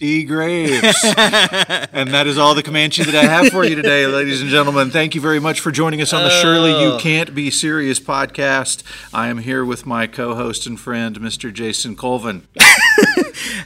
D. Graves. and that is all the Comanche that I have for you today, ladies and gentlemen. Thank you very much for joining us on the Surely You Can't Be Serious podcast. I am here with my co host and friend, Mr. Jason Colvin.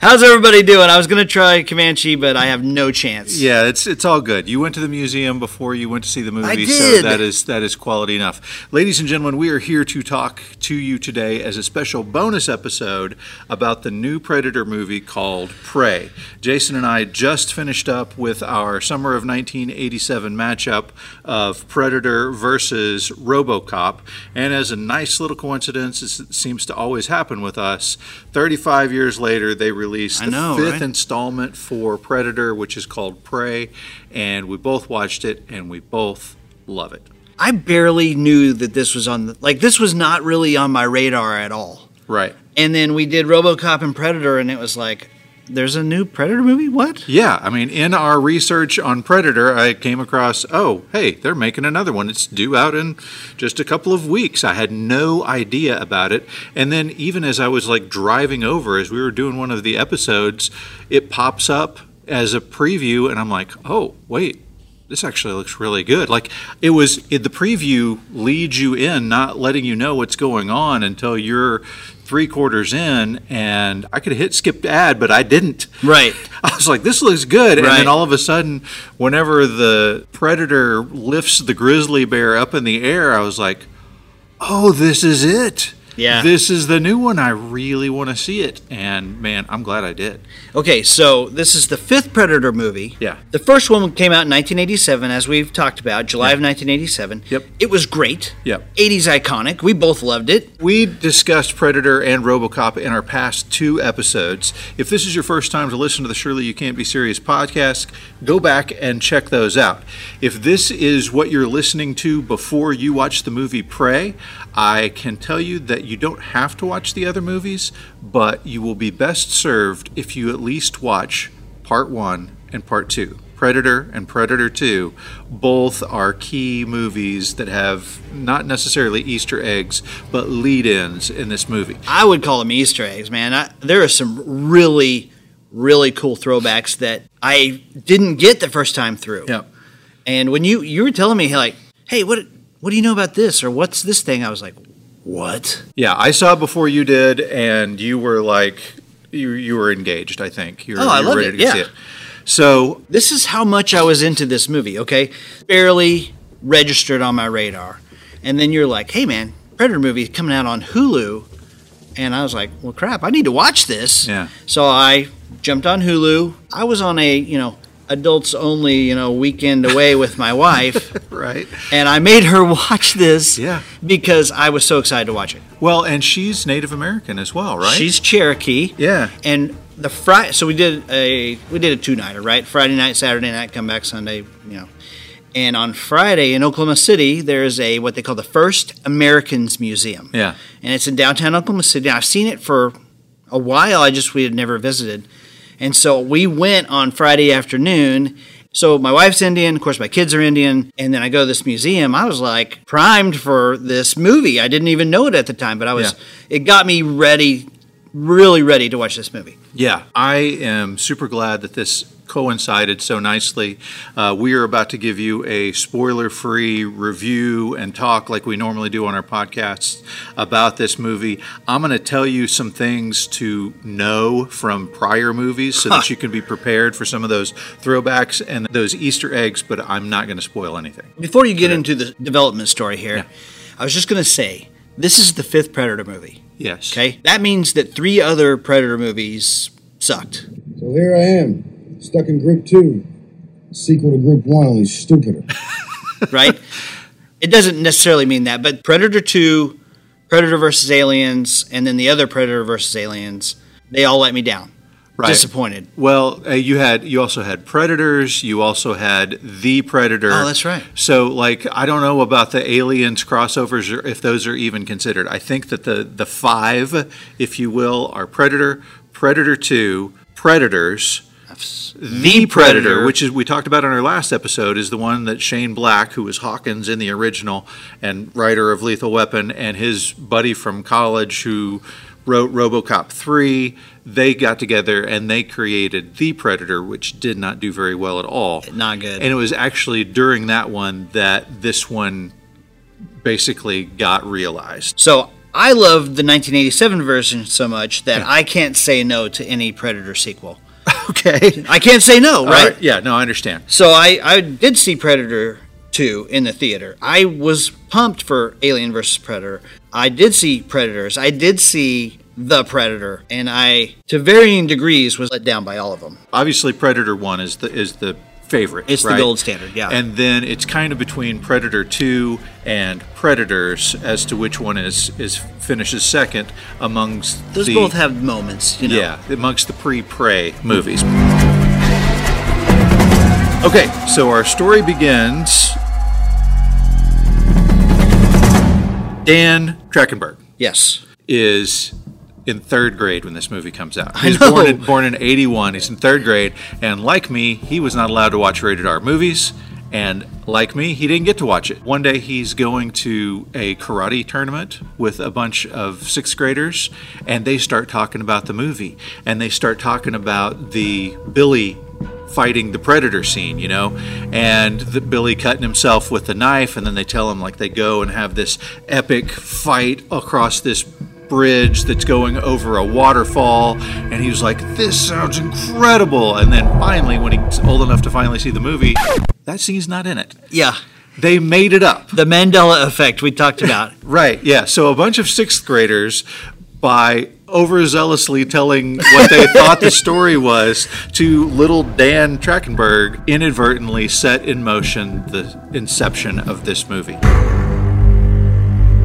How's everybody doing? I was gonna try Comanche, but I have no chance. Yeah, it's it's all good. You went to the museum before you went to see the movie, so did. that is that is quality enough. Ladies and gentlemen, we are here to talk to you today as a special bonus episode about the new Predator movie called Prey. Jason and I just finished up with our summer of 1987 matchup of Predator versus RoboCop, and as a nice little coincidence, as it seems to always happen with us, 35 years later they released the know, fifth right? installment for Predator, which is called Prey, and we both watched it and we both love it. I barely knew that this was on the like this was not really on my radar at all. Right. And then we did RoboCop and Predator, and it was like, there's a new Predator movie. What? Yeah, I mean, in our research on Predator, I came across, oh, hey, they're making another one. It's due out in just a couple of weeks. I had no idea about it. And then, even as I was like driving over, as we were doing one of the episodes, it pops up as a preview, and I'm like, oh, wait, this actually looks really good. Like it was it, the preview leads you in, not letting you know what's going on until you're three quarters in. And I could hit skip ad, but I didn't. Right. I was like, this looks good. And then Right. all of a sudden, whenever the predator lifts the grizzly bear up in the air, I was like, oh, this is it. Yeah. This is the new one. I really want to see it. And man, I'm glad I did. Okay, so this is the fifth Predator movie. Yeah. The first one came out in 1987, as we've talked about, July of 1987. Yep. It was great. Yep. 80s iconic. We both loved it. We discussed Predator and Robocop in our past two episodes. If this is your first time to listen to the Surely You Can't Be Serious podcast, go back and check those out. If this is what you're listening to before you watch the movie Prey, I can tell you that you don't have to watch the other movies, but you will be best served if you at least watch part one and part two. Predator and Predator 2 both are key movies that have not necessarily Easter eggs, but lead ins in this movie. I would call them Easter eggs, man. I, there are some really, really cool throwbacks that I didn't get the first time through. And when you you were telling me like, hey, what what do you know about this or what's this thing? I was like, what? Yeah, I saw before you did, and you were like, you, you were engaged, I think. You were, Oh, I you were loved ready it, to go see yeah. it. So, This is how much I was into this movie. Okay, barely registered on my radar. And then you're like, hey, man, Predator movie coming out on Hulu. And I was like, well, crap, I need to watch this. Yeah. So I jumped on Hulu. I was on a you know adults only you know weekend away with my wife. right. And I made her watch this Yeah. because I was so excited to watch it. Well, and she's Native American as well, right? She's Cherokee. Yeah. And the Friday, so we did a we did a two nighter, right? Friday night, Saturday night, come back Sunday, you know. And on Friday in Oklahoma City, there is a what they call the First Americans Museum. Yeah. And it's in downtown Oklahoma City. I've seen it for a while. I just we had never visited. And so we went on Friday afternoon. So my wife's Indian, of course my kids are Indian, and then I go to this museum. I was like primed for this movie. I didn't even know it at the time, but I was it got me ready really ready to watch this movie. Yeah, I am super glad that this coincided so nicely. Uh, we are about to give you a spoiler free review and talk like we normally do on our podcasts about this movie. I'm going to tell you some things to know from prior movies so that you can be prepared for some of those throwbacks and those Easter eggs, but I'm not going to spoil anything. Before you get into the development story here, I was just going to say this is the fifth Predator movie. Yes. Okay, that means that three other Predator movies sucked. So here I am, stuck in group two. Sequel to group one, only stupider. right? it doesn't necessarily mean that, but Predator 2, Predator versus Aliens, and then the other Predator versus Aliens, they all let me down. Right. Disappointed. Well, uh, you had you also had predators. You also had the predator. Oh, that's right. So, like, I don't know about the aliens crossovers or if those are even considered. I think that the the five, if you will, are predator, predator two, predators, F- The Predator, which is we talked about in our last episode, is the one that Shane Black, who was Hawkins in the original and writer of Lethal Weapon, and his buddy from college who wrote RoboCop 3, they got together and they created The Predator, which did not do very well at all. Not good. And it was actually during that one that this one basically got realized. So I loved the 1987 version so much that I can't say no to any Predator sequel. Okay. I can't say no, All right? right. Yeah, no, I understand. So I, I did see Predator 2 in the theater. I was pumped for Alien vs. Predator. I did see Predators. I did see The Predator. And I, to varying degrees, was let down by all of them. obviously Predator One is the is the favorite. It's the right? gold standard, yeah. And then it's kind of between Predator Two and Predators as to which one is is finishes second amongst Those the both have moments, you know. yeah amongst the pre prey movies. Okay, so our story begins. Dan Trachtenberg Yes. is in third grade when this movie comes out. He's know. born in, born in 81. He's in third grade. And like me, he was not allowed to watch rated R movies. And like me, he didn't get to watch it. One day he's going to a karate tournament with a bunch of sixth graders, and they start talking about the movie. And they start talking about the Billy fighting the predator scene, you know, and the, Billy cutting himself with the knife, and then they tell him like they go and have this epic fight across this bridge that's going over a waterfall, and he was like, "This sounds incredible!" And then finally, when he's old enough to finally see the movie, that scene's not in it. Yeah. They made it up. The Mandela effect we talked about. Right, yeah. So a bunch of sixth graders, by overzealously telling what they thought the story was to little Dan Trachtenberg, inadvertently set in motion the inception of this movie.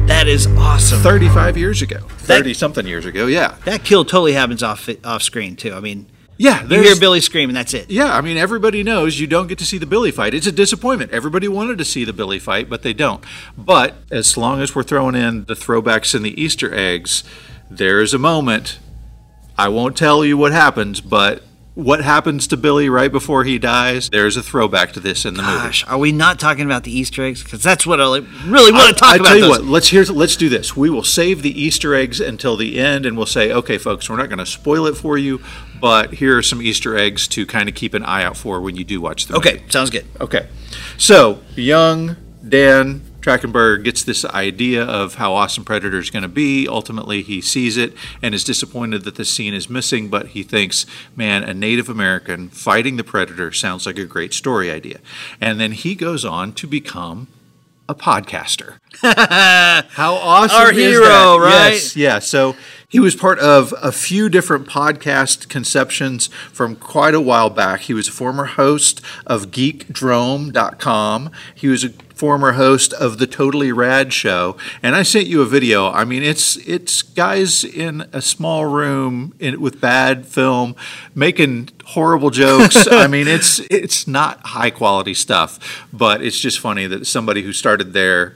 that is awesome. 35 years ago. 30 something years ago, yeah. That kill totally happens off off screen too. I mean, Yeah, you hear there's- Billy scream and that's it. Yeah, I mean, everybody knows you don't get to see the Billy fight. It's a disappointment. Everybody wanted to see the Billy fight, but they don't. But as long as we're throwing in the throwbacks and the Easter eggs, there is a moment. I won't tell you what happens, but what happens to Billy right before he dies, there's a throwback to this in the movie. Gosh, are we not talking about the Easter eggs? Because that's what I like- really want to talk I about. tell you those. what, let's here's let's do this. We will save the Easter eggs until the end, and we'll say, okay, folks, we're not going to spoil it for you, but here are some Easter eggs to kind of keep an eye out for when you do watch the movie. Okay, sounds good. Okay. So, young Dan Trachtenberg gets this idea of how awesome Predator is going to be. Ultimately, he sees it and is disappointed that this scene is missing, but he thinks, man, a Native American fighting the Predator sounds like a great story idea. And then he goes on to become a podcaster. How awesome Our is hero, that? right? Yes, yeah. So he was part of a few different podcast conceptions from quite a while back. He was a former host of geekdrome.com. He was a former host of the Totally Rad show. And I sent you a video. I mean, it's it's guys in a small room in, with bad film making horrible jokes. I mean, it's it's not high quality stuff, but it's just funny that somebody who started there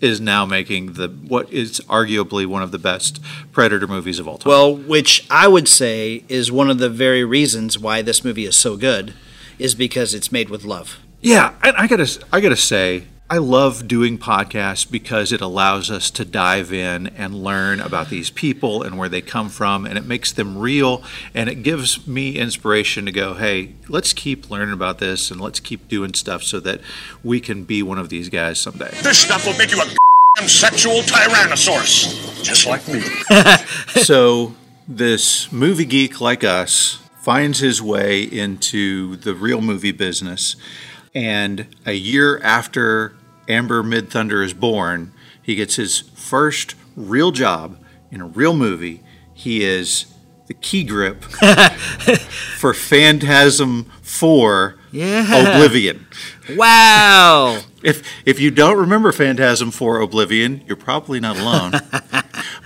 is now making the what is arguably one of the best Predator movies of all time. Well, which I would say is one of the very reasons why this movie is so good, is because it's made with love. yeah, and I gotta I gotta say I love doing podcasts because it allows us to dive in and learn about these people and where they come from, and it makes them real, and it gives me inspiration to go, hey, let's keep learning about this and let's keep doing stuff so that we can be one of these guys someday. This stuff will make you a goddamn sexual tyrannosaurus. Just like me. so this movie geek like us finds his way into the real movie business and a year after amber mid thunder is born he gets his first real job in a real movie he is the key grip for phantasm 4 Yeah. oblivion Wow. if if you don't remember Phantasm for Oblivion, you're probably not alone.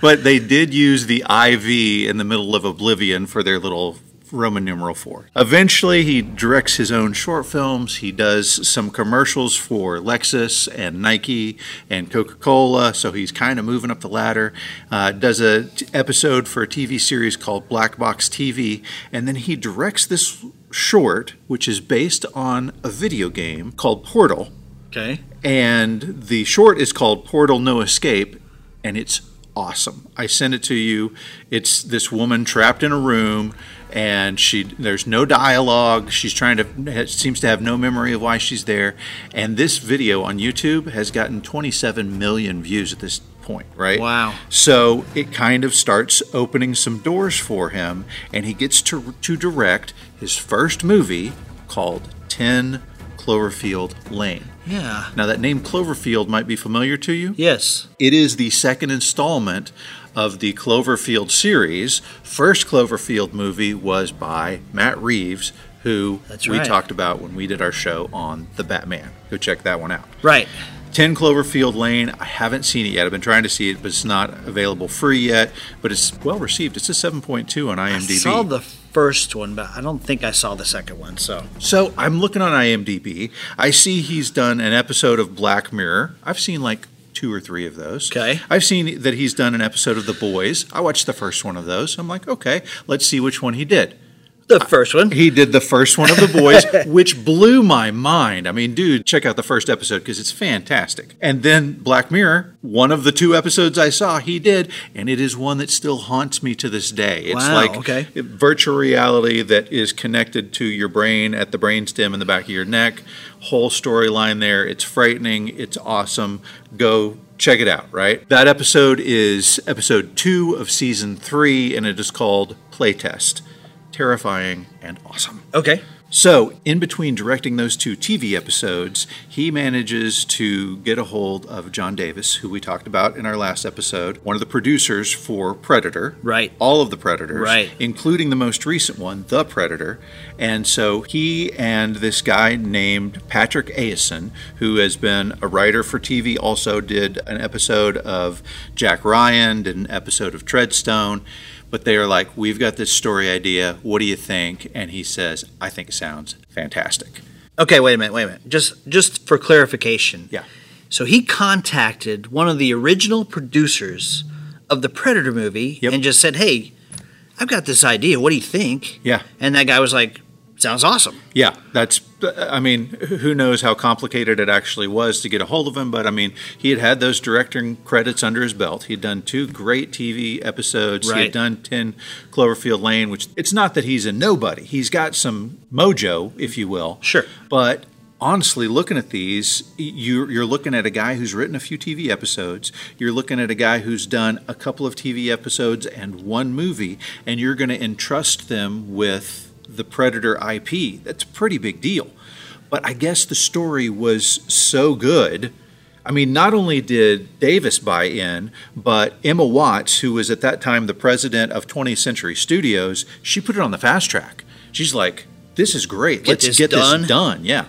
but they did use the IV in the middle of Oblivion for their little Roman numeral four. Eventually, he directs his own short films. He does some commercials for Lexus and Nike and Coca Cola. So he's kind of moving up the ladder. Uh, does a t- episode for a TV series called Black Box TV, and then he directs this short, which is based on a video game called Portal. Okay. And the short is called Portal No Escape, and it's awesome. I sent it to you. It's this woman trapped in a room, and she there's no dialogue. She's trying to seems to have no memory of why she's there. And this video on YouTube has gotten 27 million views at this point, right? Wow. So it kind of starts opening some doors for him, and he gets to to direct his first movie called 10 Cloverfield Lane. Yeah. Now, that name Cloverfield might be familiar to you. Yes. It is the second installment of the Cloverfield series. First Cloverfield movie was by Matt Reeves, who That's we right. talked about when we did our show on The Batman. Go check that one out. Right. 10 Cloverfield Lane. I haven't seen it yet. I've been trying to see it, but it's not available free yet. But it's well received. It's a 7.2 on IMDb. I saw the first one, but I don't think I saw the second one. So So I'm looking on IMDb. I see he's done an episode of Black Mirror. I've seen like two or three of those. Okay. I've seen that he's done an episode of The Boys. I watched the first one of those. I'm like, okay, let's see which one he did. the first one. He did the first one of The Boys, which blew my mind. I mean, dude, check out the first episode because it's fantastic. And then Black Mirror, one of the two episodes I saw, he did, and it is one that still haunts me to this day. It's Wow, like okay. virtual reality that is connected to your brain at the brainstem in the back of your neck. Whole storyline there. It's frightening. It's awesome. Go check it out, right? That episode is episode two of season three, and it is called Playtest. Terrifying and awesome. Okay. So, in between directing those two TV episodes, he manages to get a hold of John Davis, who we talked about in our last episode, one of the producers for Predator. Right. All of the Predators, Right. including the most recent one, The Predator. And so he and this guy named Patrick Aison, who has been a writer for TV, also did an episode of Jack Ryan, did an episode of Treadstone. But they are like, we've got this story idea. What do you think? And he says, I think it sounds fantastic. Okay. Wait a minute. Wait a minute. Just just for clarification. Yeah. So he contacted one of the original producers of the Predator movie Yep. and just said, "Hey, I've got this idea. What do you think?" Yeah. And that guy was like, "Sounds awesome." Yeah, that's. I mean, who knows how complicated it actually was to get a hold of him? But I mean, he had had those directing credits under his belt. He'd done two great TV episodes. He Right. had done Ten Cloverfield Lane, which it's not that he's a nobody. He's got some mojo, if you will. Sure. But honestly, looking at these, you're, you're looking at a guy who's written a few TV episodes. You're looking at a guy who's done a couple of TV episodes and one movie, and you're going to entrust them with the Predator IP. That's a pretty big deal. But I guess the story was so good. I mean, not only did Davis buy in, but Emma Watts, who was at that time the president of 20th Century Studios, she put it on the fast track. She's like, this is great. Let's this get done." this done. Yeah.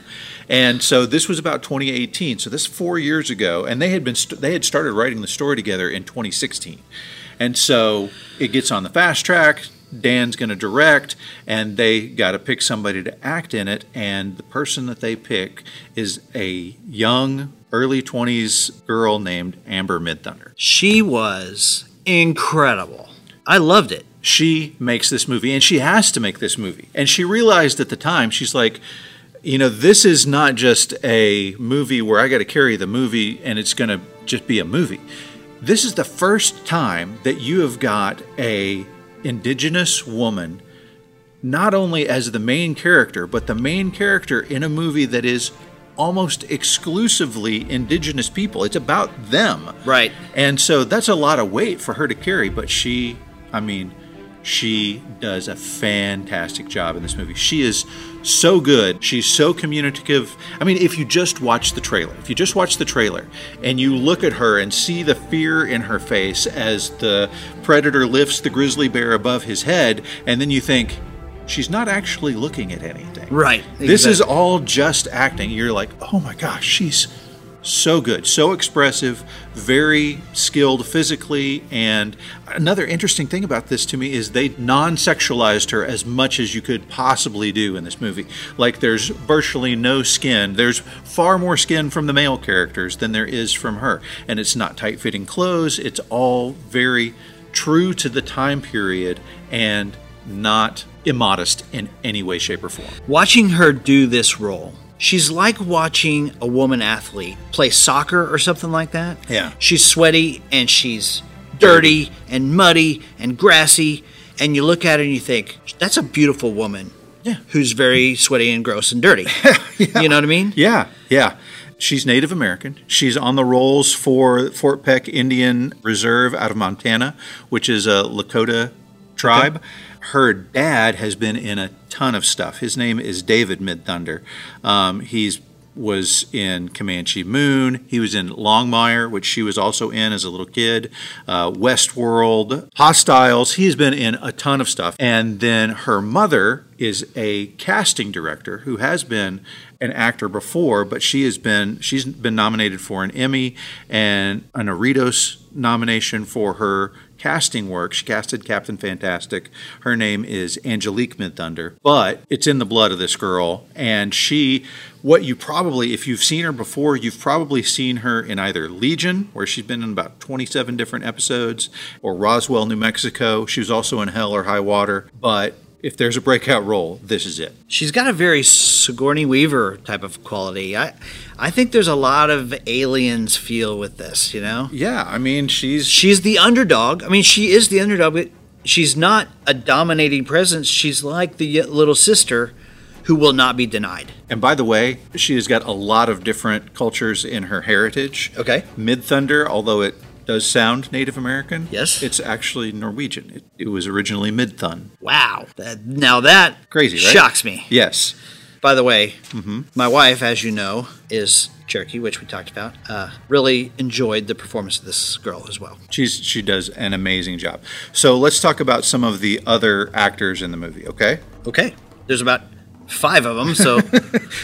And so this was about 2018. So this four years ago, and they had been st- they had started writing the story together in 2016. And so it gets on the fast track. Dan's going to direct, and they got to pick somebody to act in it. And the person that they pick is a young, early 20s girl named Amber Midthunder. She was incredible. I loved it. She makes this movie, and she has to make this movie. And she realized at the time, she's like, you know, this is not just a movie where I got to carry the movie and it's going to just be a movie. This is the first time that you have got a indigenous woman not only as the main character, but the main character in a movie that is almost exclusively indigenous people. It's about them. Right. And so that's a lot of weight for her to carry, but she, I mean, she does a fantastic job in this movie. She is so good. She's so communicative. I mean, if you just watch the trailer, if you just watch the trailer and you look at her and see the fear in her face as the predator lifts the grizzly bear above his head, and then you think, she's not actually looking at anything. Right. This is Exactly. all just acting. You're like, oh my gosh, she's so good, so expressive, very skilled physically. And another interesting thing about this to me is they non sexualized her as much as you could possibly do in this movie. Like, there's virtually no skin. There's far more skin from the male characters than there is from her. And it's not tight fitting clothes, it's all very true to the time period and not immodest in any way, shape, or form. Watching her do this role, she's like watching a woman athlete play soccer or something like that. Yeah. She's sweaty and she's dirty and muddy and grassy. And you look at her and you think, that's a beautiful woman. Yeah. Who's very sweaty and gross and dirty. You know what I mean? Yeah, yeah. She's Native American. She's on the rolls for Fort Peck Indian Reserve out of Montana, which is a Lakota tribe. Her dad has been in a ton of stuff. His name is David Mid Thunder. Um, he's was in Comanche Moon. He was in Longmire, which she was also in as a little kid. Uh, Westworld, Hostiles. He's been in a ton of stuff. And then her mother is a casting director who has been an actor before, but she has been she's been nominated for an Emmy and an Aritos nomination for her casting work. She casted Captain Fantastic. Her name is Angelique Midthunder, but it's in the blood of this girl. And she, what you probably, if you've seen her before, you've probably seen her in either Legion, where she's been in about 27 different episodes, or Roswell, New Mexico. She was also in Hell or High Water. But if there's a breakout role, this is it. She's got a very Sigourney Weaver type of quality. I, I think there's a lot of aliens feel with this, you know? Yeah, I mean, she's. She's the underdog. I mean, she is the underdog, but she's not a dominating presence. She's like the little sister who will not be denied. And by the way, she has got a lot of different cultures in her heritage. Okay. Mid Thunder, although it does sound Native American. Yes. It's actually Norwegian. It, it was originally Mid Thun. Wow. That, now that Crazy, right? shocks me. Yes. By the way, my wife, as you know, is Cherokee, which we talked about. Uh, really enjoyed the performance of this girl as well. She's, she does an amazing job. So let's talk about some of the other actors in the movie, okay? Okay. There's about five of them, so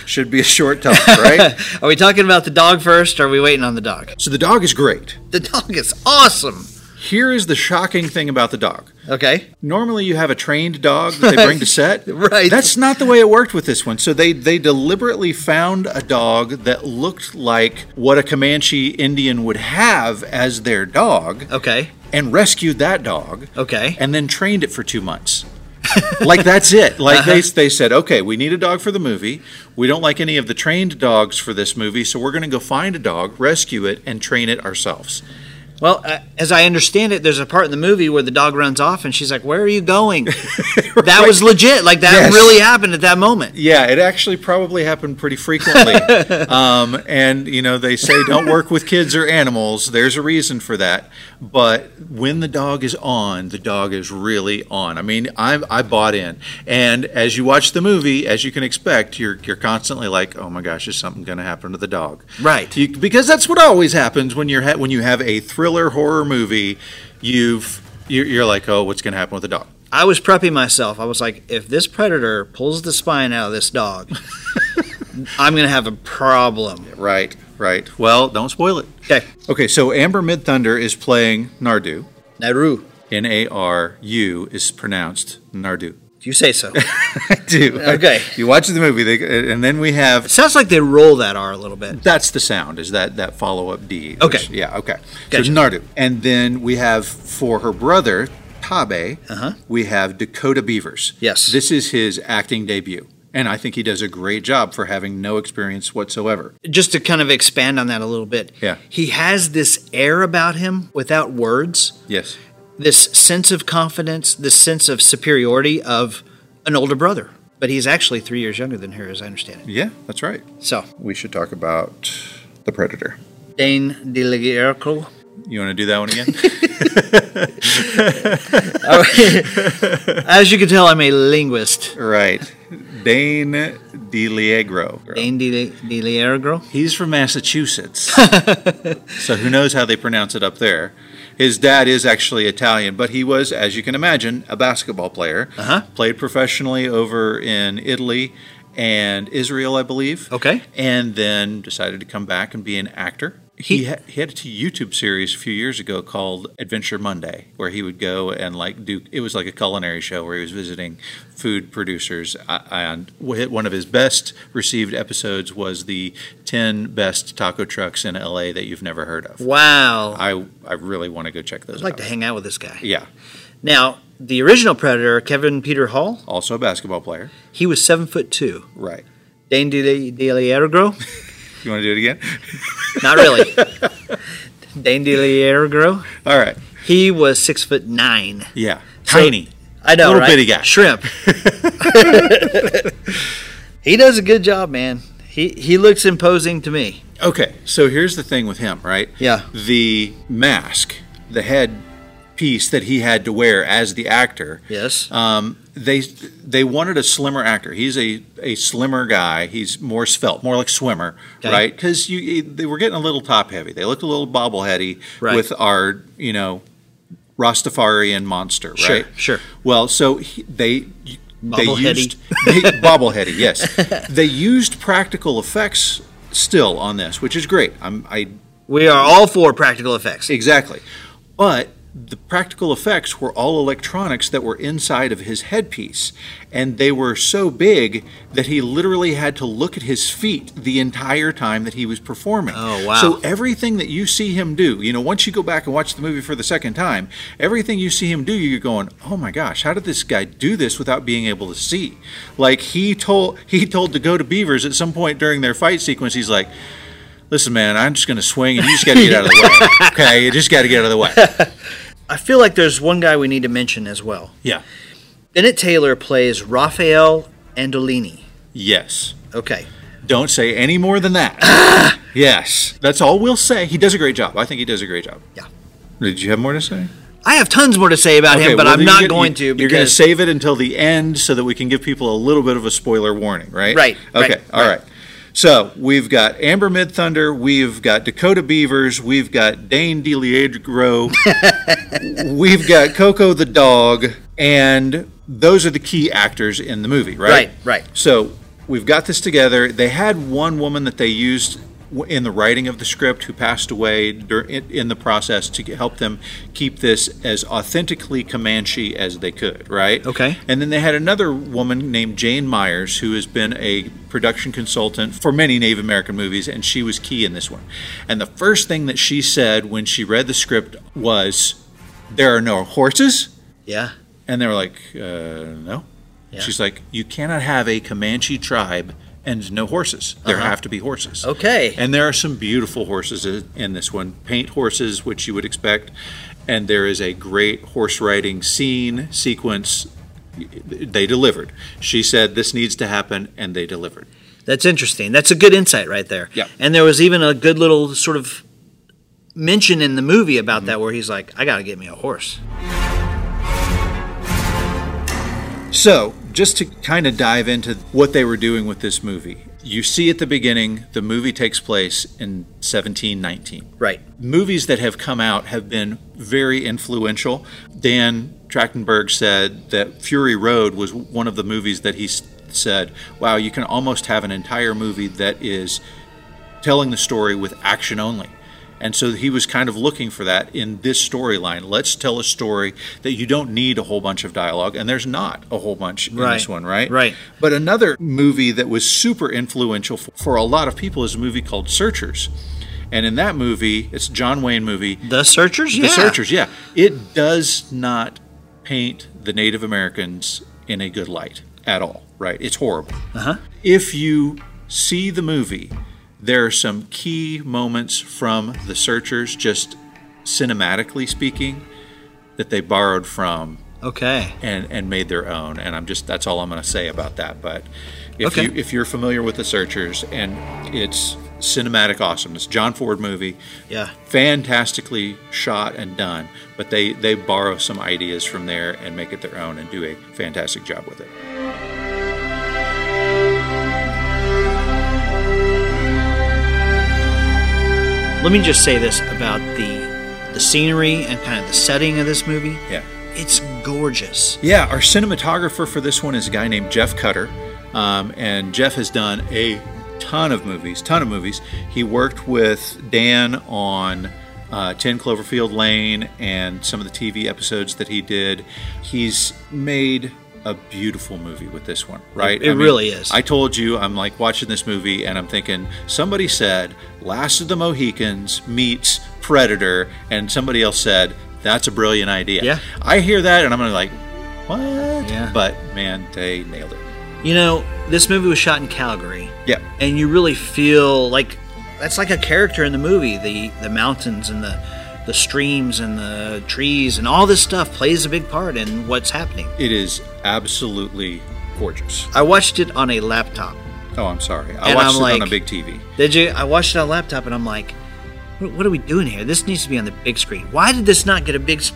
Should be a short talk, right? are we talking about the dog first or are we waiting on the dog? so the dog is great. The dog is awesome. Here is the shocking thing about the dog. Okay. Normally, you have a trained dog that they bring to set. Right. That's not the way it worked with this one. So they they deliberately found a dog that looked like what a Comanche Indian would have as their dog, Okay. and rescued that dog. Okay. And then trained it for two months. like that's it. Like they they said, okay, we need a dog for the movie. We don't like any of the trained dogs for this movie, so we're going to go find a dog, rescue it, and train it ourselves. Well, uh, as I understand it, there's a part in the movie where the dog runs off and she's like, Where are you going? That was legit. Like, that Yes. really happened at that moment. Yeah, it actually probably happened pretty frequently. um, and, you know, they say don't work with kids or animals. There's a reason for that. But when the dog is on, the dog is really on. I mean, I, I bought in. And as you watch the movie, as you can expect, you're, you're constantly like, oh my gosh, is something going to happen to the dog? Right. You, because that's what always happens when, you're ha- when you have a thriller horror movie. You've, you're, you're like, oh, what's going to happen with the dog? I was prepping myself. I was like, If this predator pulls the spine out of this dog, I'm going to have a problem. Right, right. Well, don't spoil it. Okay. Okay, so Amber Mid Thunder is playing Nardu. Naru, N A R U is pronounced Nardu. you say so. I do. Okay. You watch the movie, they, and then we have Sounds like they roll that R a little bit. that's the sound is that that follow up D. which- Okay. yeah. Okay. Gotcha. So Nardu, and then we have for her brother Tabe. Uh-huh. We have Dakota Beavers. Yes. This is his acting debut, and I think he does a great job for having no experience whatsoever. Just to kind of expand on that a little bit. Yeah. He has this air about him without words. Yes. this sense of confidence, this sense of superiority of an older brother. But he's actually three years younger than her, as I understand it. Yeah, that's right. So, We should talk about the Predator. Dane de la Guerre- You want to do that one again? Oh, As you can tell, I'm a linguist. Right. Dane DeLiegro. Dane de, de Liegro? He's from Massachusetts. so who knows how they pronounce it up there. His dad is actually Italian, but he was, as you can imagine, a basketball player. Uh-huh. Played professionally over in Italy and Israel, I believe. Okay. And then decided to come back and be an actor. He, He- ha- he had a YouTube series a few years ago called Adventure Monday, where he would go and like do it was like a culinary show where he was visiting food producers. I- And wh- one of his best received episodes was the 10 best taco trucks in LA that you've never heard of. Wow. I'd I, I really want to go check those like out. to hang out with this guy. yeah. Now, the original Predator, Kevin Peter Hall, Also a basketball player. he was seven foot two. Right. Dane De D'Aliergro? You want to do it again? Not really. Dane D'Aliergro? All right. He was six foot nine. Yeah. So- Tiny. I know, Little right? bitty guy. Shrimp. he does a good job, man. He he looks imposing to me. Okay, so here's the thing with him, right? Yeah. The mask, the head piece that he had to wear as the actor. Yes. Um, they they wanted a slimmer actor. He's a, a slimmer guy. He's more svelte, more like swimmer, Okay. right? Because you they were getting a little top heavy. They looked a little bobbleheady Right. with our you know Rastafarian monster, Sure, right? sure. Well, so he, they they Bobbleheady. used they, bobbleheady. Yes, they used practical effects still on this, which is great. I'm I We are all for practical effects. Exactly. But the practical effects were all electronics that were inside of his headpiece. And they were so big that he literally had to look at his feet the entire time that he was performing. Oh, wow. So everything that you see him do, you know, once you go back and watch the movie for the second time, everything you see him do, you're going, oh my gosh, how did this guy do this without being able to see? Like he told he told to go to Beavers at some point during their fight sequence, he's like, listen, man, I'm just going to swing and you just got to get out of the way. Okay, you just got to get out of the way. I feel like there's one guy we need to mention as well. Yeah. Bennett Taylor plays Raphael Andolini. Yes. Okay. Don't say any more than that. yes. That's all we'll say. He does a great job. I think he does a great job. Yeah. Did you have more to say? I have tons more to say about him, but well, I'm then not you're gonna- going you- to You're going to because save it until the end so that we can give people a little bit of a spoiler warning, right? Right, right, Okay. all right. right. So we've got Amber Mid Thunder, we've got Dakota Beavers, we've got Dane DeLiegro, we've got Coco the dog, and those are the key actors in the movie, right? Right, right. So we've got this together. They had one woman that they used w- in the writing of the script who passed away dur- in in the process to g- help them keep this as authentically Comanche as they could, right? Okay. And then they had another woman named Jane Myers who has been a production consultant for many Native American movies, and she was key in this one. And the first thing that she said when she read the script was, There are no horses. yeah, And they were like, uh, no. Yeah. She's like, you cannot have a Comanche tribe and no horses. There have to be horses. Uh-huh. Okay. And there are some beautiful horses i- in this one paint horses, which you would expect. And there is a great horse riding scene sequence. They delivered. She said, this needs to happen, and they delivered. that's interesting. That's a good insight right there. Yeah. And there was even a good little sort of mention in the movie about Mm-hmm. that where he's like, "I got to get me a horse." So, just to kind of dive into what they were doing with this movie, you see at the beginning, the movie takes place in 1719. Right. movies that have come out have been very influential. Dan Trachtenberg said that Fury Road was one of the movies that he s- said, wow, you can almost have an entire movie that is telling the story with action only. And so he was kind of looking for that in this storyline. Let's tell a story that you don't need a whole bunch of dialogue, and there's not a whole bunch in Right. this one, right? Right. But another movie that was super influential for, for a lot of people is a movie called Searchers. And in that movie, it's a John Wayne movie, The Searchers. The Searchers, yeah. It does not paint the Native Americans in a good light at all, right? It's horrible. Uh-huh. If you see the movie, there are some key moments from The Searchers, just cinematically speaking, that they borrowed from Okay. and and made their own. And I'm just that's all I'm going to say about that. But if Okay. you if you're familiar with the Searchers and it's cinematic awesomeness, John Ford movie, Yeah. fantastically shot and done. But they they borrow some ideas from there and make it their own and do a fantastic job with it. Let me just say this about the the scenery and kind of the setting of this movie. Yeah. It's gorgeous. Yeah, our cinematographer for this one is a guy named Jeff Cutter, um, and Jeff has done a ton of movies, ton of movies. He worked with Dan on uh, Ten Cloverfield Lane and some of the TV episodes that he did. He's made a beautiful movie with this one, right? It- it really is. I told you, I'm like watching this movie and I'm thinking somebody said Last of the Mohicans meets Predator, and somebody else said That's a brilliant idea. Yeah. I hear that and I'm gonna like, what? Yeah. Yeah. But man, they nailed it. You know, this movie was shot in Calgary. Yeah. and you really feel like that's like a character in the movie the the mountains and the the streams and the trees and all this stuff plays a big part in what's happening It is absolutely gorgeous. i watched it on a laptop Oh, I'm sorry. I And watched I'm it on a like- big TV. did you i watched it on a laptop and i'm like what, what are we doing here this needs to be on the big screen why did this not get a big s-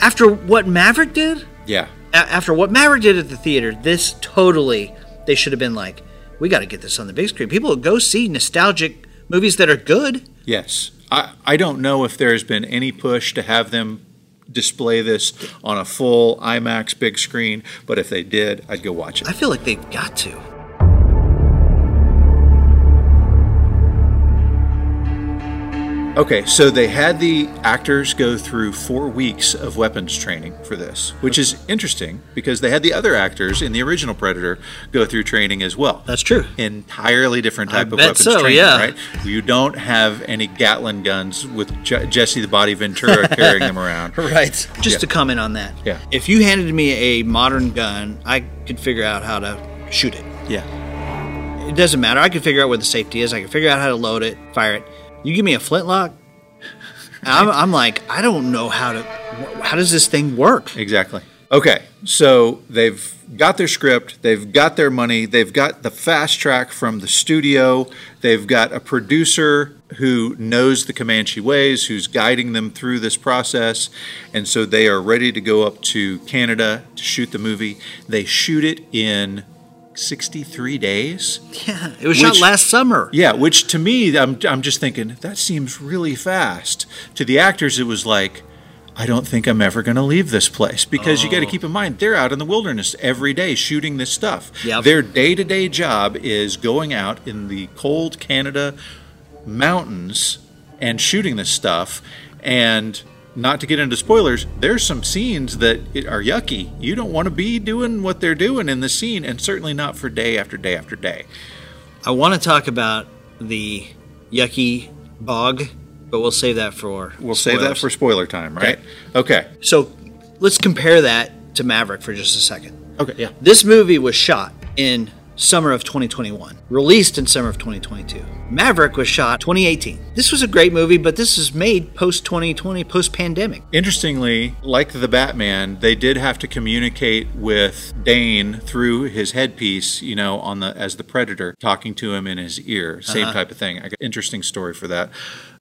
after what maverick did Yeah. a- after what maverick did at the theater this totally they should have been like we got to get this on the big screen people will go see nostalgic movies that are good Yes. I, I don't know if there's been any push to have them display this on a full IMAX big screen, but if they did, I'd go watch it. I feel like they've got to. Okay, so they had the actors go through four weeks of weapons training for this, which is interesting because they had the other actors in the original Predator go through training as well. That's true. Entirely different type of bet weapons so, training, yeah. right? You don't have any Gatlin guns with Je- Jesse the Body Ventura carrying them around. Right. Just Yeah. to comment on that. Yeah. If you handed me a modern gun, I could figure out how to shoot it. Yeah. It doesn't matter. I could figure out where the safety is. I could figure out how to load it, fire it. You give me a flintlock, I'm, I'm like, I don't know how to. wh- How does this thing work? Exactly. Okay, so they've got their script, they've got their money, they've got the fast track from the studio, they've got a producer who knows the Comanche ways, who's guiding them through this process, and so they are ready to go up to Canada to shoot the movie. They shoot it in 63 days. Yeah. It was shot Which- last summer. Yeah, which to me, I'm, I'm just thinking, that seems really fast. To the actors, it was like, I don't think I'm ever going to leave this place because you got to keep in mind they're out in the wilderness every day shooting this stuff. Yep. Their day to day job is going out in the cold Canada mountains and shooting this stuff. And not to get into spoilers, there's some scenes that it- are yucky. You don't want to be doing what they're doing in the scene, and certainly not for day after day after day. I want to talk about the yucky bog, but we'll save that for. We'll save that for spoiler time, right? Okay. So let's compare that to Maverick for just a second. Okay. Yeah. This movie was shot in summer of 2021, released in summer of 2022. Maverick was shot 2018. This was a great movie, but this is made post 2020, post pandemic. Interestingly, like the Batman, they did have to communicate with Dane through his headpiece, you know, on the as the Predator talking to him in his ear. Same type of thing. I got interesting story for that.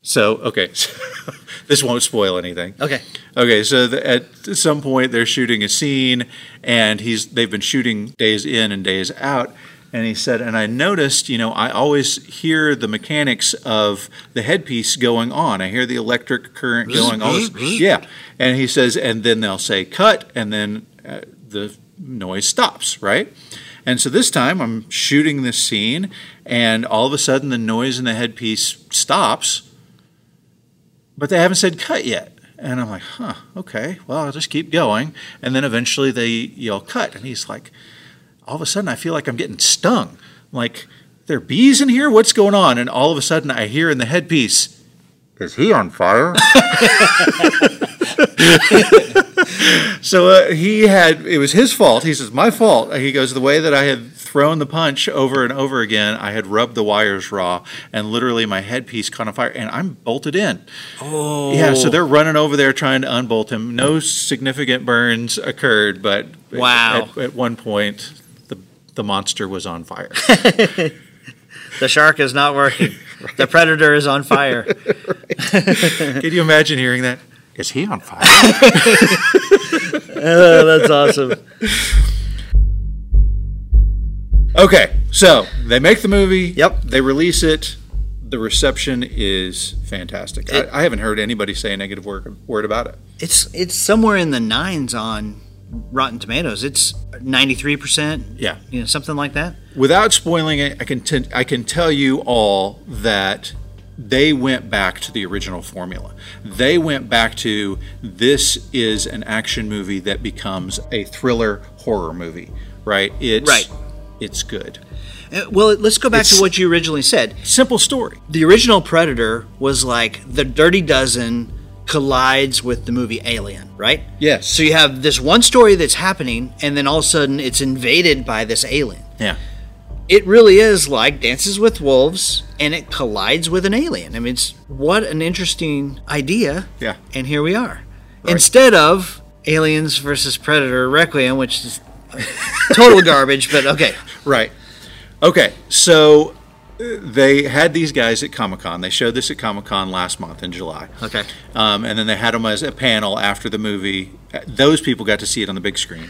So, okay. this won't spoil anything. Okay. Okay, so the, at some point they're shooting a scene, and he's they've been shooting days in and days out. And he said, and I noticed, you know, I always hear the mechanics of the headpiece going on. I hear the electric current going on. yeah. And he says, and then they'll say cut, and then uh, the noise stops, right? And so this time I'm shooting this scene, and all of a sudden the noise in the headpiece stops but they haven't said cut yet. And I'm like, huh, okay, well, I'll just keep going. And then eventually they yell cut. And he's like, all of a sudden, I feel like I'm getting stung. I'm like, there are bees in here? What's going on? And all of a sudden, I hear in the headpiece, is he on fire? so uh, he had, it was his fault. He says, my fault. He goes, the way that I had thrown the punch over and over again, I had rubbed the wires raw, and literally my headpiece caught on fire, and I'm bolted in. Yeah, so they're running over there trying to unbolt him. No significant burns occurred, but Wow. at, at one point the the monster was on fire. The shark is not working. The predator is on fire. Can you imagine hearing that? Is he on fire? Oh, that's awesome. okay, so they make the movie. Yep. They release it. The reception is fantastic. It- I, I haven't heard anybody say a negative word, word about it. It's it's somewhere in the nines on Rotten Tomatoes. It's 93%. Yeah. You know, something like that. without spoiling it, I can t- I can tell you all that they went back to the original formula. They went back to this is an action movie that becomes a thriller horror movie, right? It's Right. It's good. Uh, Well, let's go back It's- to what you originally said. Simple story. the original Predator was like the Dirty Dozen collides with the movie Alien, right? Yes. So you have this one story that's happening, and then all of a sudden it's invaded by this alien. yeah. It really is like Dances with Wolves, and it collides with an alien. I mean, it's what an interesting idea. Yeah. And here we are. Instead of Aliens versus Predator Requiem, which is total garbage, but okay. Right. Okay. So uh, they had these guys at Comic Con. They showed this at Comic Con last month in July. Okay. Um, and then they had them as a panel after the movie. Uh, Those people got to see it on the big screen.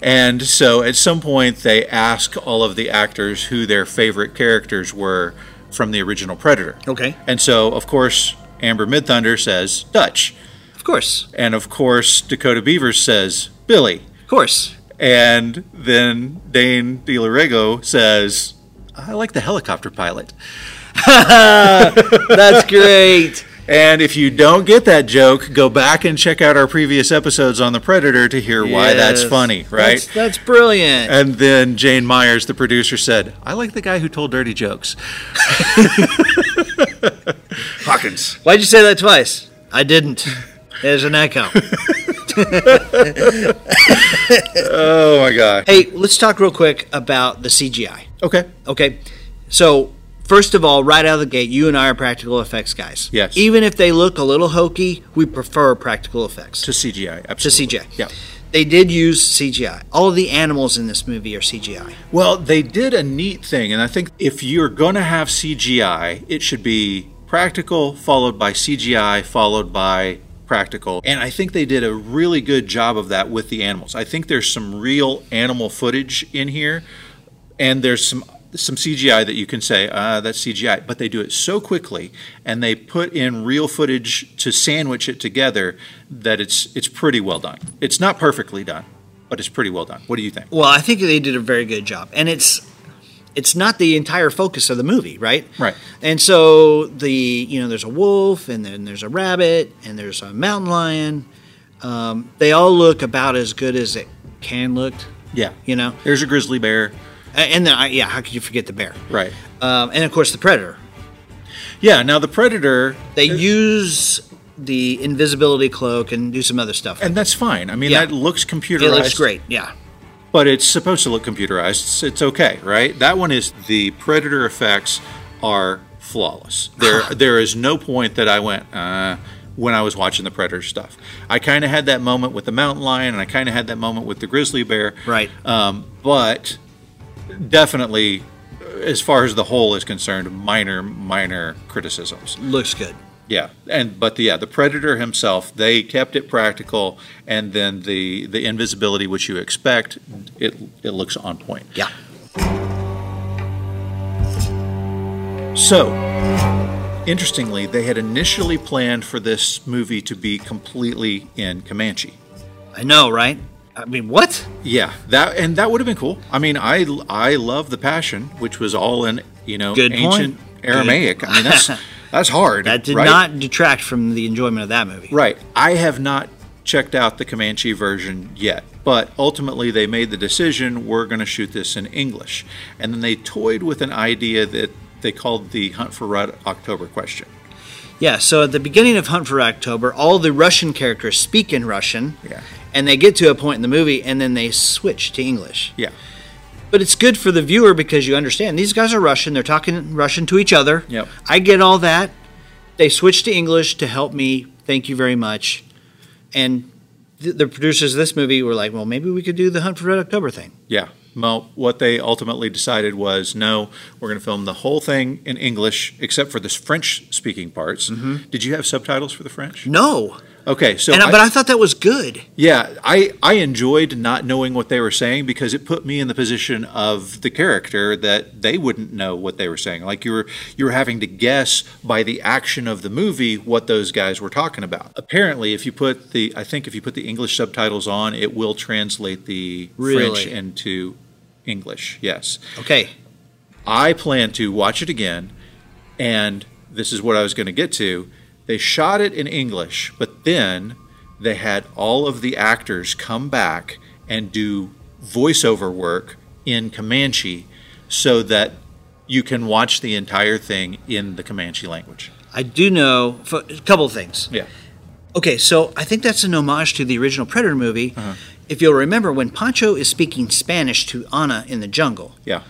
And so at some point, they asked all of the actors who their favorite characters were from the original Predator. Okay. And so, of course, Amber Mid Thunder says Dutch. Of course. And of course, Dakota Beavers says Billy. Of course. And then Dane DiLorego says, I like the helicopter pilot. That's great. And if you don't get that joke, go back and check out our previous episodes on The Predator to hear why that's Yes. funny, right? Uh, That's, that's brilliant. and then Jane Myers, the producer, said, I like the guy who told dirty jokes. Hawkins. Why'd you say that twice? I didn't. There's an echo. Oh my God. hey, let's talk real quick about the CGI. Okay. Okay. So, first of all, right out of the gate, you and I are practical effects guys. Yes. Even if they look a little hokey, we prefer practical effects To CGI. to Absolutely. CGI. Yeah. They did use CGI. All of the animals in this movie are CGI. Well, they did a neat thing, and I think if you're going to have CGI, it should be practical, followed by CGI, followed by practical. And I think they did a really good job of that with the animals. I think there's some real animal footage in here, and there's some. Some CGI that you can say, uh, that's CGI, but they do it so quickly and they put in real footage to sandwich it together that it's it's pretty well done. It's not perfectly done, but it's pretty well done. What do you think? Well, I think they did a very good job. And it's it's not the entire focus of the movie, right? Right. And so the you know there's a wolf and then there's a rabbit and there's a mountain lion. Um, they all look about as good as it can look, Yeah. you know. There's a grizzly bear. A- And then I, yeah, how could you forget the bear? Right. Um, and of course the predator. Yeah. Now the predator, They use the invisibility cloak and do some other stuff. and that's fine. I mean, Yeah. that looks computerized. it looks great. Yeah. but it's supposed to look computerized. It's, it's okay, right? That one is the predator effects are flawless. There, there is no point that I went uh, when I was watching the predator stuff. I kind of had that moment with the mountain lion, and I kind of had that moment with the grizzly bear, Right. Um, but definitely, as far as the whole is concerned, minor, minor criticisms. Looks good. Yeah, and but the, yeah, the predator himself, they kept it practical, and then the the invisibility which you expect, it it looks on point. Yeah. So, interestingly, they had initially planned for this movie to be completely in Comanche. I know, right? I mean, what? Yeah, that and that would have been cool. I mean, I I love the Passion, which was all in you know Good point. ancient Aramaic. I mean, that's that's hard. That did right? not detract from the enjoyment of that movie. Right. I have not checked out the Comanche version yet, but ultimately they made the decision we're going to shoot this in English. And then they toyed with an idea that they called the Hunt for Red October question. Yeah, so at the beginning of Hunt for October, all the Russian characters speak in Russian. Yeah. And they get to a point in the movie and then they switch to English. Yeah. But it's good for the viewer because you understand these guys are Russian, they're talking Russian to each other. Yep. I get all that. They switch to English to help me. Thank you very much. And th- the producers of this movie were like, well, maybe we could do the Hunt for Red October thing. Yeah. Well, what they ultimately decided was no, we're going to film the whole thing in English except for the French speaking parts. Did you have subtitles for the French? No. Okay. So Mm-hmm. and I, I- but I thought that was good. Yeah, I, I enjoyed not knowing what they were saying because it put me in the position of the character that they wouldn't know what they were saying. Like you were you were having to guess by the action of the movie what those guys were talking about. Apparently, if you put the I think if you put the English subtitles on, it will translate the French Really? into English. Yes. Okay. I plan to watch it again, and this is what I was going to get to. They shot it in English, but then they had all of the actors come back and do voiceover work in Comanche so that you can watch the entire thing in the Comanche language. I do know f- a couple of things. Yeah. Okay, so I think that's an homage to the original Predator movie. If you'll remember, when Pancho is speaking Spanish to Ana in the jungle, Yeah.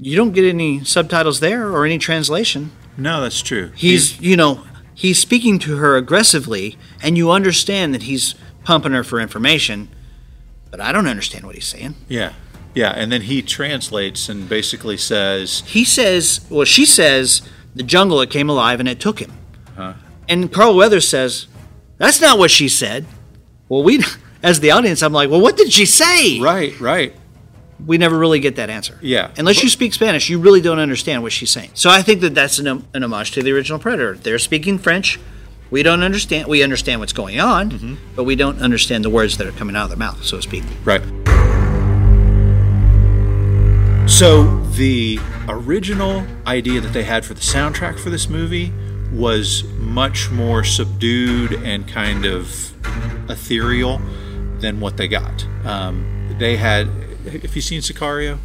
you don't get any subtitles there or any translation. No, that's true. He's, you know, he's speaking to her aggressively, and you understand that he's pumping her for information, but I don't understand what he's saying. yeah, yeah, and then he translates and basically says, He says, well, she says, the jungle, it came alive and it took him. And Carl Weathers says, that's not what she said. Well, we, as the audience, I'm like, well, what did she say? "Right, right, we never really get that answer. Yeah. Unless But- you speak Spanish, you really don't understand what she's saying. So I think that that's an, hom- an homage to the original Predator. They're speaking French. We don't understand. We understand what's going on, Mm-hmm. but we don't understand the words that are coming out of their mouth, so to speak. right." So the original idea that they had for the soundtrack for this movie was much more subdued and kind of ethereal than what they got. Um, they had. Have you seen Sicario?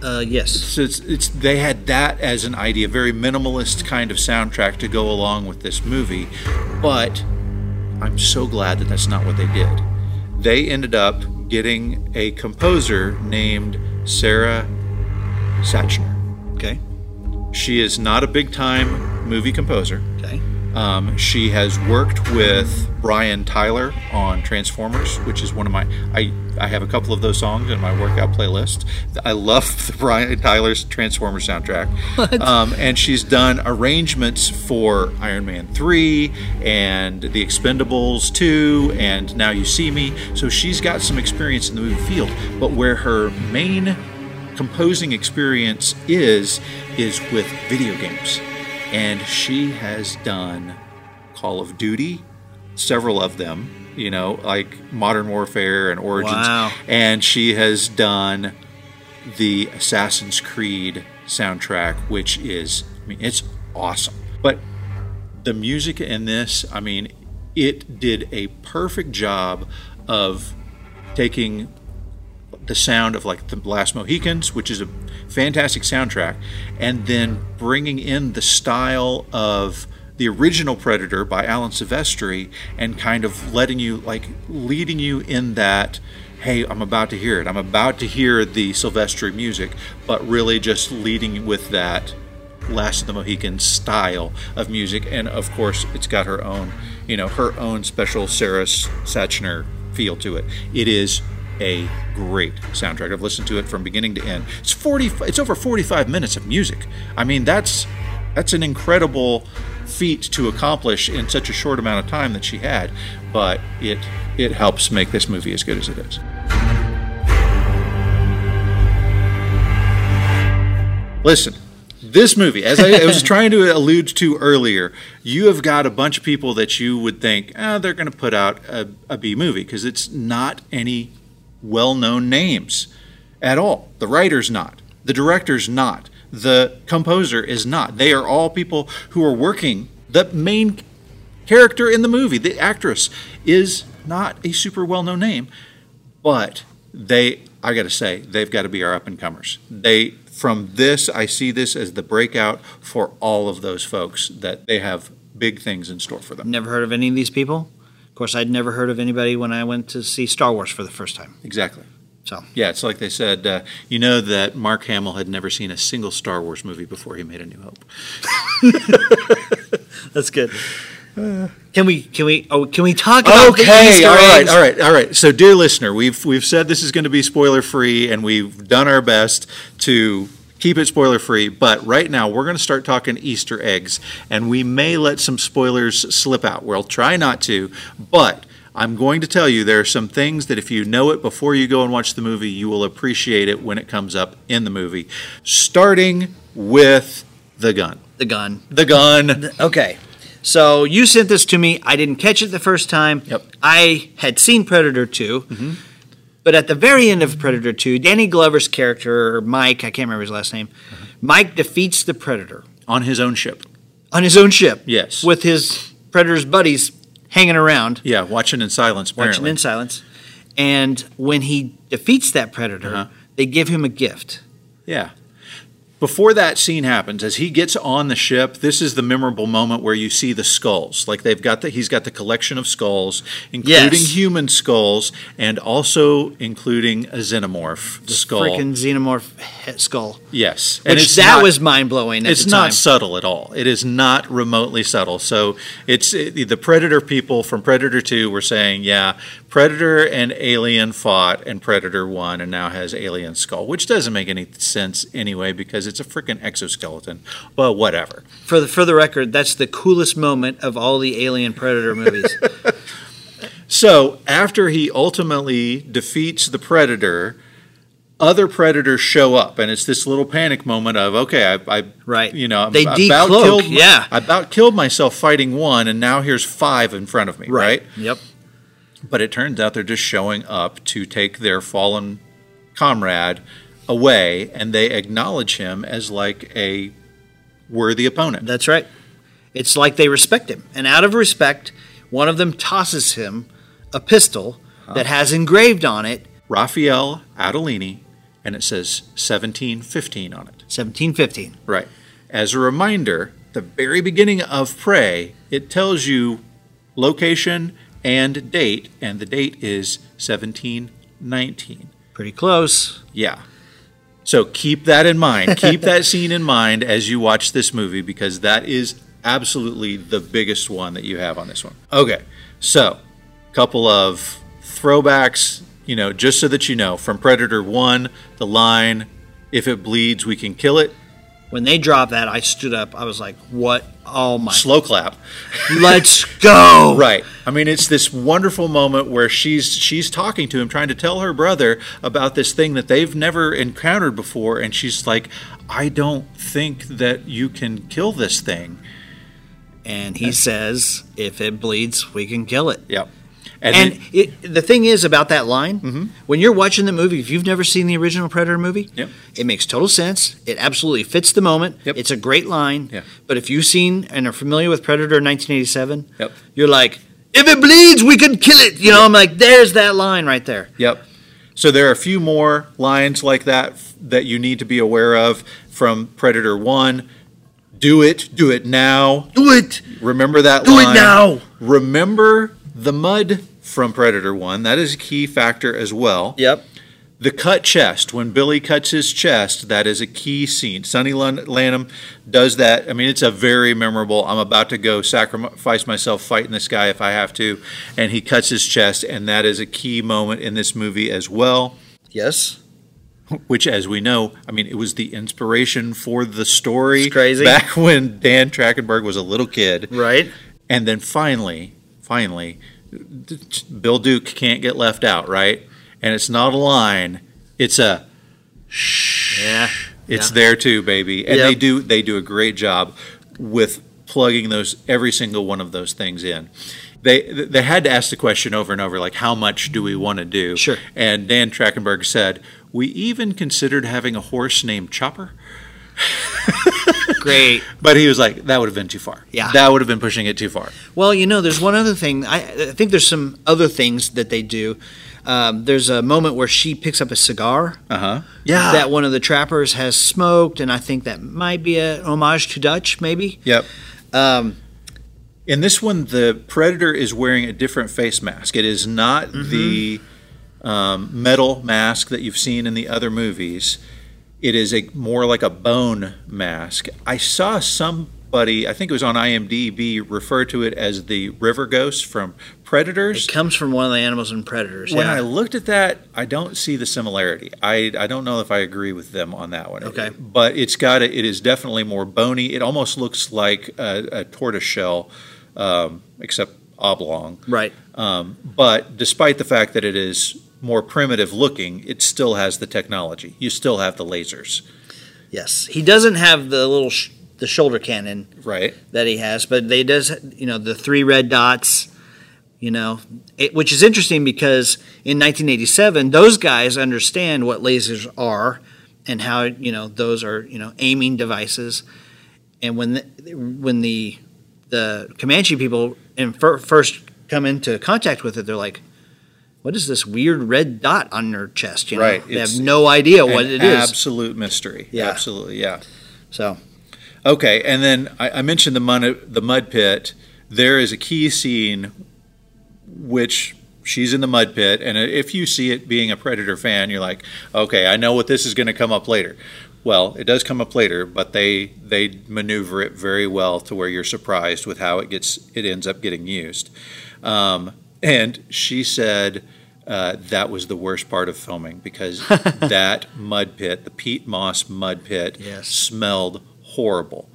Uh, yes. So it's, it's they had that as an idea, very minimalist kind of soundtrack to go along with this movie. But I'm so glad that that's not what they did. They ended up getting a composer named Sarah Sachner. Okay. She is not a big time movie composer. Okay. Um, she has worked with Brian Tyler on Transformers, which is one of my I, I have a couple of those songs in my workout playlist. I love the Brian Tyler's Transformers soundtrack. Um, and she's done arrangements for Iron Man three and The Expendables two and Now You See Me. So she's got some experience in the movie field, but where her main composing experience is is with video games and she has done Call of Duty, several of them, you know, like Modern Warfare and Origins. Wow. And she has done the Assassin's Creed soundtrack, which is, I mean, it's awesome. But the music in this, I mean, it did a perfect job of taking the sound of like the Last Mohicans, which is a fantastic soundtrack, and then bringing in the style of the original Predator by Alan Silvestri, and kind of letting you like leading you in that. Hey, I'm about to hear it. I'm about to hear the Silvestri music, but really just leading with that Last of the Mohicans style of music, and of course, it's got her own, you know, her own special Sarah S- Sachner feel to it. It is a great soundtrack. I've listened to it from beginning to end. It's forty. It's over forty-five minutes of music. I mean, that's that's an incredible feat to accomplish in such a short amount of time that she had. But it it helps make this movie as good as it is. Listen, this movie, as I, I was trying to allude to earlier, you have got a bunch of people that you would think, ah, they're going to put out a, a B movie because it's not any well known names at all. The writer's not, the director's not, the composer is not. They are all people who are working. The main character in the movie, the actress, is not a super well known name but they i gotta say they've got to be our up and comers they from this i see this as the breakout for all of those folks that they have big things in store for them Never heard of any of these people. Of course, I'd never heard of anybody when I went to see Star Wars for the first time. exactly So, yeah it's like they said uh, you know that mark hamill had never seen a single star wars movie before he made a new hope that's good. Uh, Can we can we oh can we talk about the Okay, Easter all right, eggs? all right, all right. So, dear listener, we've we've said this is going to be spoiler free, and we've done our best to keep it spoiler free. But right now, we're going to start talking Easter eggs, and we may let some spoilers slip out. We'll try not to, but. I'm going to tell you there are some things that if you know it before you go and watch the movie, you will appreciate it when it comes up in the movie. Starting with the gun. The gun. The gun. Okay. So you sent this to me. I didn't catch it the first time. Yep. Mm-hmm. I had seen Predator 2. But at the very end of Predator 2, Danny Glover's character, Mike, I can't remember his last name, Uh-huh. Mike defeats the Predator On his own ship. on his own ship. Yes. With his Predator's buddies hanging around, Yeah, watching in silence, watching apparently. in silence. And when he defeats that Predator, Uh-huh. they give him a gift. Yeah. Before that scene happens, as he gets on the ship, this is the memorable moment where you see the skulls. Like they've got the he's got the collection of skulls, including Yes. human skulls, and also including a xenomorph skull. Freaking xenomorph he- skull. yes, Which it's that not- was mind blowing. it's the not time. subtle at all. It is not remotely subtle. So it's it, the Predator people from Predator Two were saying, yeah, Predator and Alien fought, and Predator won, and now has Alien Skull, which doesn't make any sense anyway because it's a freaking exoskeleton. Well, whatever. for the for the record. That's the coolest moment of all the Alien Predator movies. So after he ultimately defeats the Predator. Other predators show up, and it's this little panic moment of, okay, I, I Right. you know, They about decloak, killed, my- yeah. I about killed myself fighting one, and now here's five in front of me, right? Yep. But it turns out they're just showing up to take their fallen comrade away, and they acknowledge him as like a worthy opponent. That's right. It's like they respect him. And out of respect, one of them tosses him a pistol that has engraved on it Raphael Adelini, and it says 1715 on it. 1715. Right. As a reminder, the very beginning of Prey, it tells you location and date, and the date is 1719. Pretty close. Yeah. So keep that in mind. keep that scene in mind as you watch this movie because that is absolutely the biggest one that you have on this one. Okay. So, couple of throwbacks, you know, just so that you know from Predator 1, the line, if it bleeds, we can kill it. When they dropped that, I stood up. I was like, what? Oh my. Slow clap. Let's go. Right. I mean, it's this wonderful moment where she's she's talking to him, trying to tell her brother about this thing that they've never encountered before, and she's like, "I don't think that you can kill this thing." And he says, if it bleeds, we can kill it. Yep. And, And then- Mm-hmm. it, the thing is about that line, when you're watching the movie, if you've never seen the original Predator movie, Yep. it makes total sense. It absolutely fits the moment. Yep. It's a great line. Yeah. But if you've seen and are familiar with Predator 1987, Yep. you're like, if it bleeds, we can kill it. You know, I'm like, there's that line right there. Yep. So there are a few more lines like that f- that you need to be aware of from Predator One. Do it. Do it now. Do it. Remember that Do it line. now. Remember the mud from Predator 1. That is a key factor as well. Yep. The cut chest, when Billy cuts his chest, that is a key scene. Sonny Lan- Lanham does that. I mean, it's a very memorable, I'm about to go sacrifice myself fighting this guy if I have to. And he cuts his chest, and that is a key moment in this movie as well, Yes. which, as we know, I mean, it was the inspiration for the story It's crazy. back when Dan Trachtenberg was a little kid. Right. And then finally, finally, Bill Duke can't get left out, right? And it's not a line; it's a shh. Yeah. It's yeah. there too, baby. And Yep. they do they do a great job with plugging those every single one of those things in. They they had to ask the question over and over, like how much do we want to do? Sure. And Dan Trachtenberg said, "We even considered having a horse named Chopper." Great. But he was like, "That would have been too far. Yeah. that would have been pushing it too far." Well, you know, there's one other thing. I, I think there's some other things that they do. Um, there's a moment where she picks up a cigar. Uh huh. Yeah. that one of the trappers has smoked, and I think that might be a homage to Dutch, maybe. Yep. Um, In this one, the predator is wearing a different face mask. It is not the um, metal mask that you've seen in the other movies. It is a more like a bone mask. I saw somebody, I think it was on IMDb, refer to it as the river ghost from Predators. it comes from one of the animals and predators. When yeah. I looked at that, I don't see the similarity. I, I don't know if I agree with them on that one. Okay. But it's got a, it is definitely more bony. It almost looks like a, a tortoise shell, um, except oblong. right. Um, but despite the fact that it is more primitive looking, it still has the technology. You still have the lasers, Yes. He doesn't have the little sh- the shoulder cannon right? that he has, but they does you know the three red dots. You know, it, which is interesting because in 1987, those guys understand what lasers are and how you know those are you know aiming devices. And when the, when the the Comanche people in fir- first come into contact with it, they're like, what is this weird red dot on their chest? You know, Right, They it's have no idea what An it is. Absolute mystery. Yeah. Absolutely. Yeah. so Okay, and then I, I mentioned the mud, the mud pit. There is a key scene, which she's in the mud pit, and if you see it being a Predator fan, you're like, okay, I know what this is going to come up later. Well, it does come up later, but they they maneuver it very well to where you're surprised with how it gets it ends up getting used. Um, and she said uh, that was the worst part of filming because that mud pit, the peat moss mud pit, Yes. smelled horrible.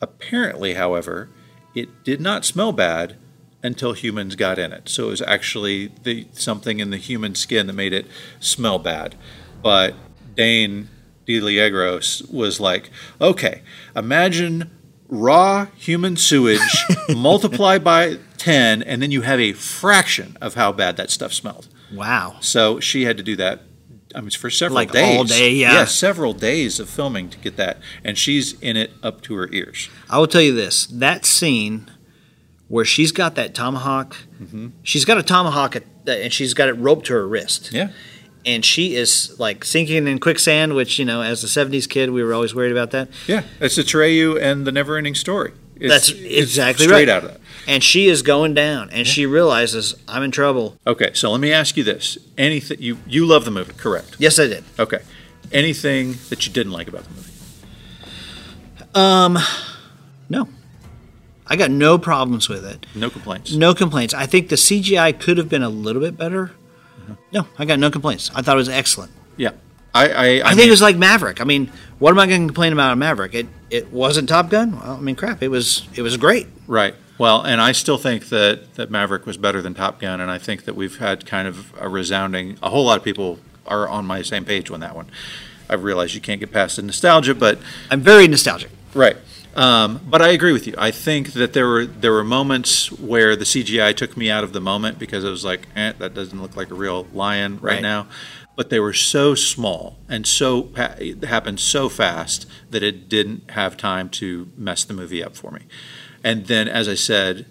Apparently, however, it did not smell bad until humans got in it. So it was actually the something in the human skin that made it smell bad. But Dane DeLiegros was like, okay, imagine raw human sewage multiply by 10 and then you have a fraction of how bad that stuff smelled. wow. So she had to do that. I mean, for several Like days. all day, yeah. several days of filming to get that, and she's in it up to her ears. I will tell you this: that scene where she's got that tomahawk, she's got a tomahawk at, and she's got it roped to her wrist, Yeah, and she is like sinking in quicksand. Which you know, as a '70s kid, we were always worried about that. yeah. It's Atreyu and the Neverending Story. It's, That's it's exactly straight right. out of that. And she is going down, and she realizes I'm in trouble. Okay, so let me ask you this: anything you you love the movie, correct? Yes, I did. Okay. Anything that you didn't like about the movie? No, I got no problems with it. No complaints. No complaints. I think the CGI could have been a little bit better. No, I got no complaints. I thought it was excellent. Yeah. I I, I, mean- think it was like Maverick. I mean, what am I going to complain about in Maverick? It it wasn't Top Gun. Well, I mean, crap. It was it was great. Right. Well, and I still think that, that Maverick was better than Top Gun, and I think that we've had kind of a resounding. A whole lot of people are on my same page on that one. I realize you can't get past the nostalgia, but I'm very nostalgic. right. Um, but I agree with you. I think that there were there were moments where the CGI took me out of the moment because I was like, eh, that doesn't look like a real lion right, Right. now. But they were so small and so pa- it happened so fast that it didn't have time to mess the movie up for me. And then, as I said,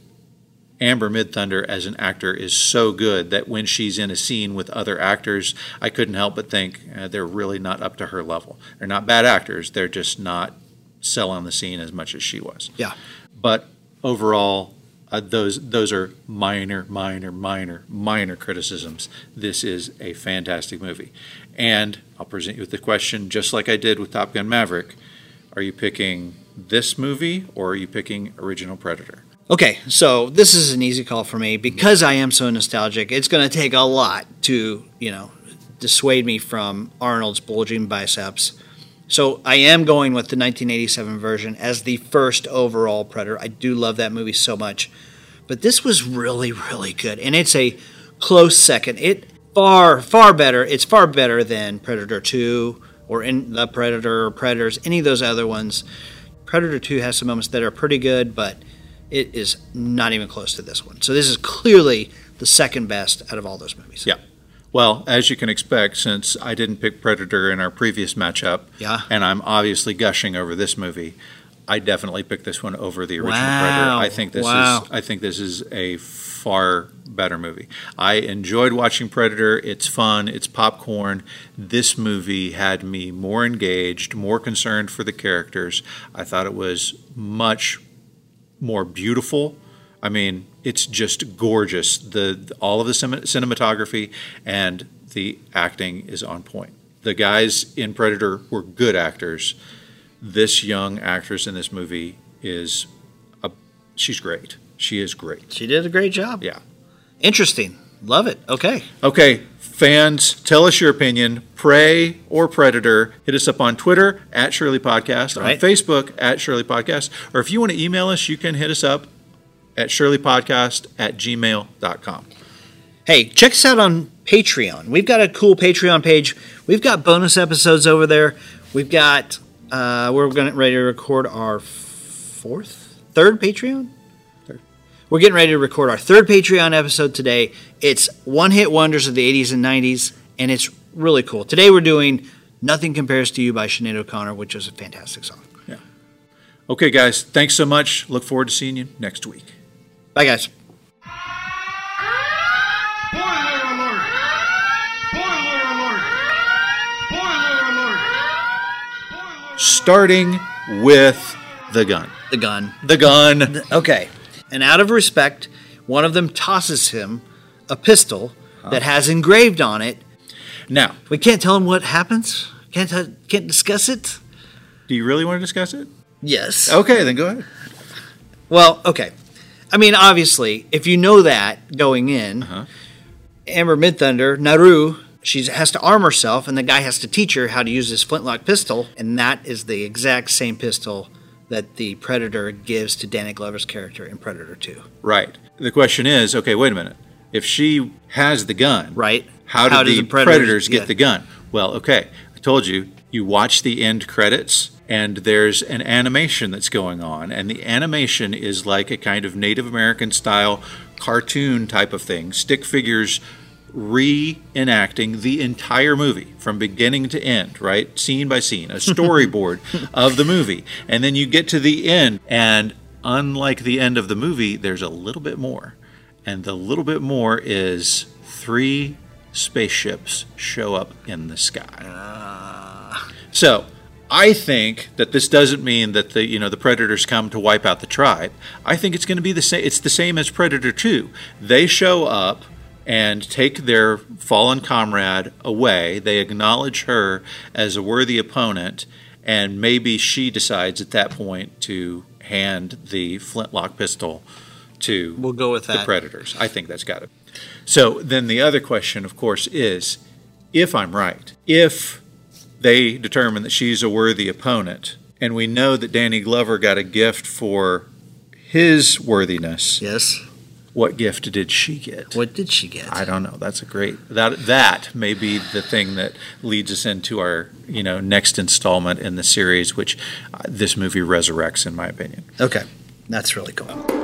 Amber Mid Thunder as an actor is so good that when she's in a scene with other actors, I couldn't help but think uh, they're really not up to her level. They're not bad actors, they're just not selling the scene as much as she was. Yeah. But overall, uh, those those are minor, minor, minor, minor criticisms. This is a fantastic movie, and I'll present you with the question just like I did with Top Gun Maverick: Are you picking this movie or are you picking original Predator? Okay, so this is an easy call for me because I am so nostalgic. It's going to take a lot to you know dissuade me from Arnold's bulging biceps. So I am going with the 1987 version as the first overall Predator. I do love that movie so much. but this was really really good and it's a close second it far far better it's far better than predator 2 or in the predator or predators any of those other ones predator 2 has some moments that are pretty good but it is not even close to this one so this is clearly the second best out of all those movies Yeah. Well, as you can expect, since I didn't pick Predator in our previous matchup, Yeah. and I'm obviously gushing over this movie, I definitely picked this one over the original Wow. Predator. I think this Wow. is I think this is a far better movie. I enjoyed watching Predator. It's fun. It's popcorn. This movie had me more engaged, more concerned for the characters. I thought it was much more beautiful. I mean, it's just gorgeous. The all of the cinem- cinematography and the acting is on point. The guys in Predator were good actors. This young actress in this movie is a, she's great. She is great. she did a great job Yeah. interesting love it okay Okay, fans, tell us your opinion. Prey or Predator? Hit us up on Twitter at Shirley Podcast, Right. on Facebook at Shirley Podcast, or if you want to email us, you can hit us up at shirleypodcast at gmail.com. Hey, check us out on Patreon. We've got a cool Patreon page. We've got bonus episodes over there. We've got uh, we're going to ready to record our fourth, third Patreon. We're getting ready to record our third Patreon episode today. It's one hit wonders of the 80s and 90s, and it's really cool. Today we're doing "Nothing Compares to You" by Sinead O'Connor, which is a fantastic song. Okay, guys, thanks so much. Look forward to seeing you next week. Bye, guys. Boiler alert! starting with the gun. the gun. The gun. Okay. And out of respect, one of them tosses him a pistol that has engraved on it. Now, We can't tell him what happens. Can't t- can't discuss it. do you really want to discuss it? Yes. Okay, then go ahead. Well, okay. I mean, obviously, if you know that going in, Amber Mid Thunder, Naru, she has to arm herself, and the guy has to teach her how to use this flintlock pistol, and that is the exact same pistol that the Predator gives to Danny Glover's character in Predator 2, Right. The question is, okay, wait a minute. If she has the gun, right? How did does the, predators, get yeah. the gun? Well, okay. I told you, you watch the end credits and there's an animation that's going on and the animation is like a kind of Native American style cartoon type of thing, stick figures reenacting the entire movie from beginning to end, right? Scene by scene, a storyboard of the movie. And then you get to the end and unlike the end of the movie, there's a little bit more. And the little bit more is three spaceships show up in the sky. So I think that this doesn't mean that the you know the predators come to wipe out the tribe. I think it's going to be the same. It's the same as Predator Two. They show up and take their fallen comrade away. They acknowledge her as a worthy opponent, and maybe she decides at that point to hand the flintlock pistol to We'll go with the that. predators. I think that's got it. So then the other question, of course, is if I'm right, if they determine that she's a worthy opponent, and we know that Danny Glover got a gift for his worthiness, Yes. what gift did she get? What did she get? I don't know. That's a great that that may be the thing that leads us into our you know next installment in the series, which uh, this movie resurrects, in my opinion. Okay. That's really cool.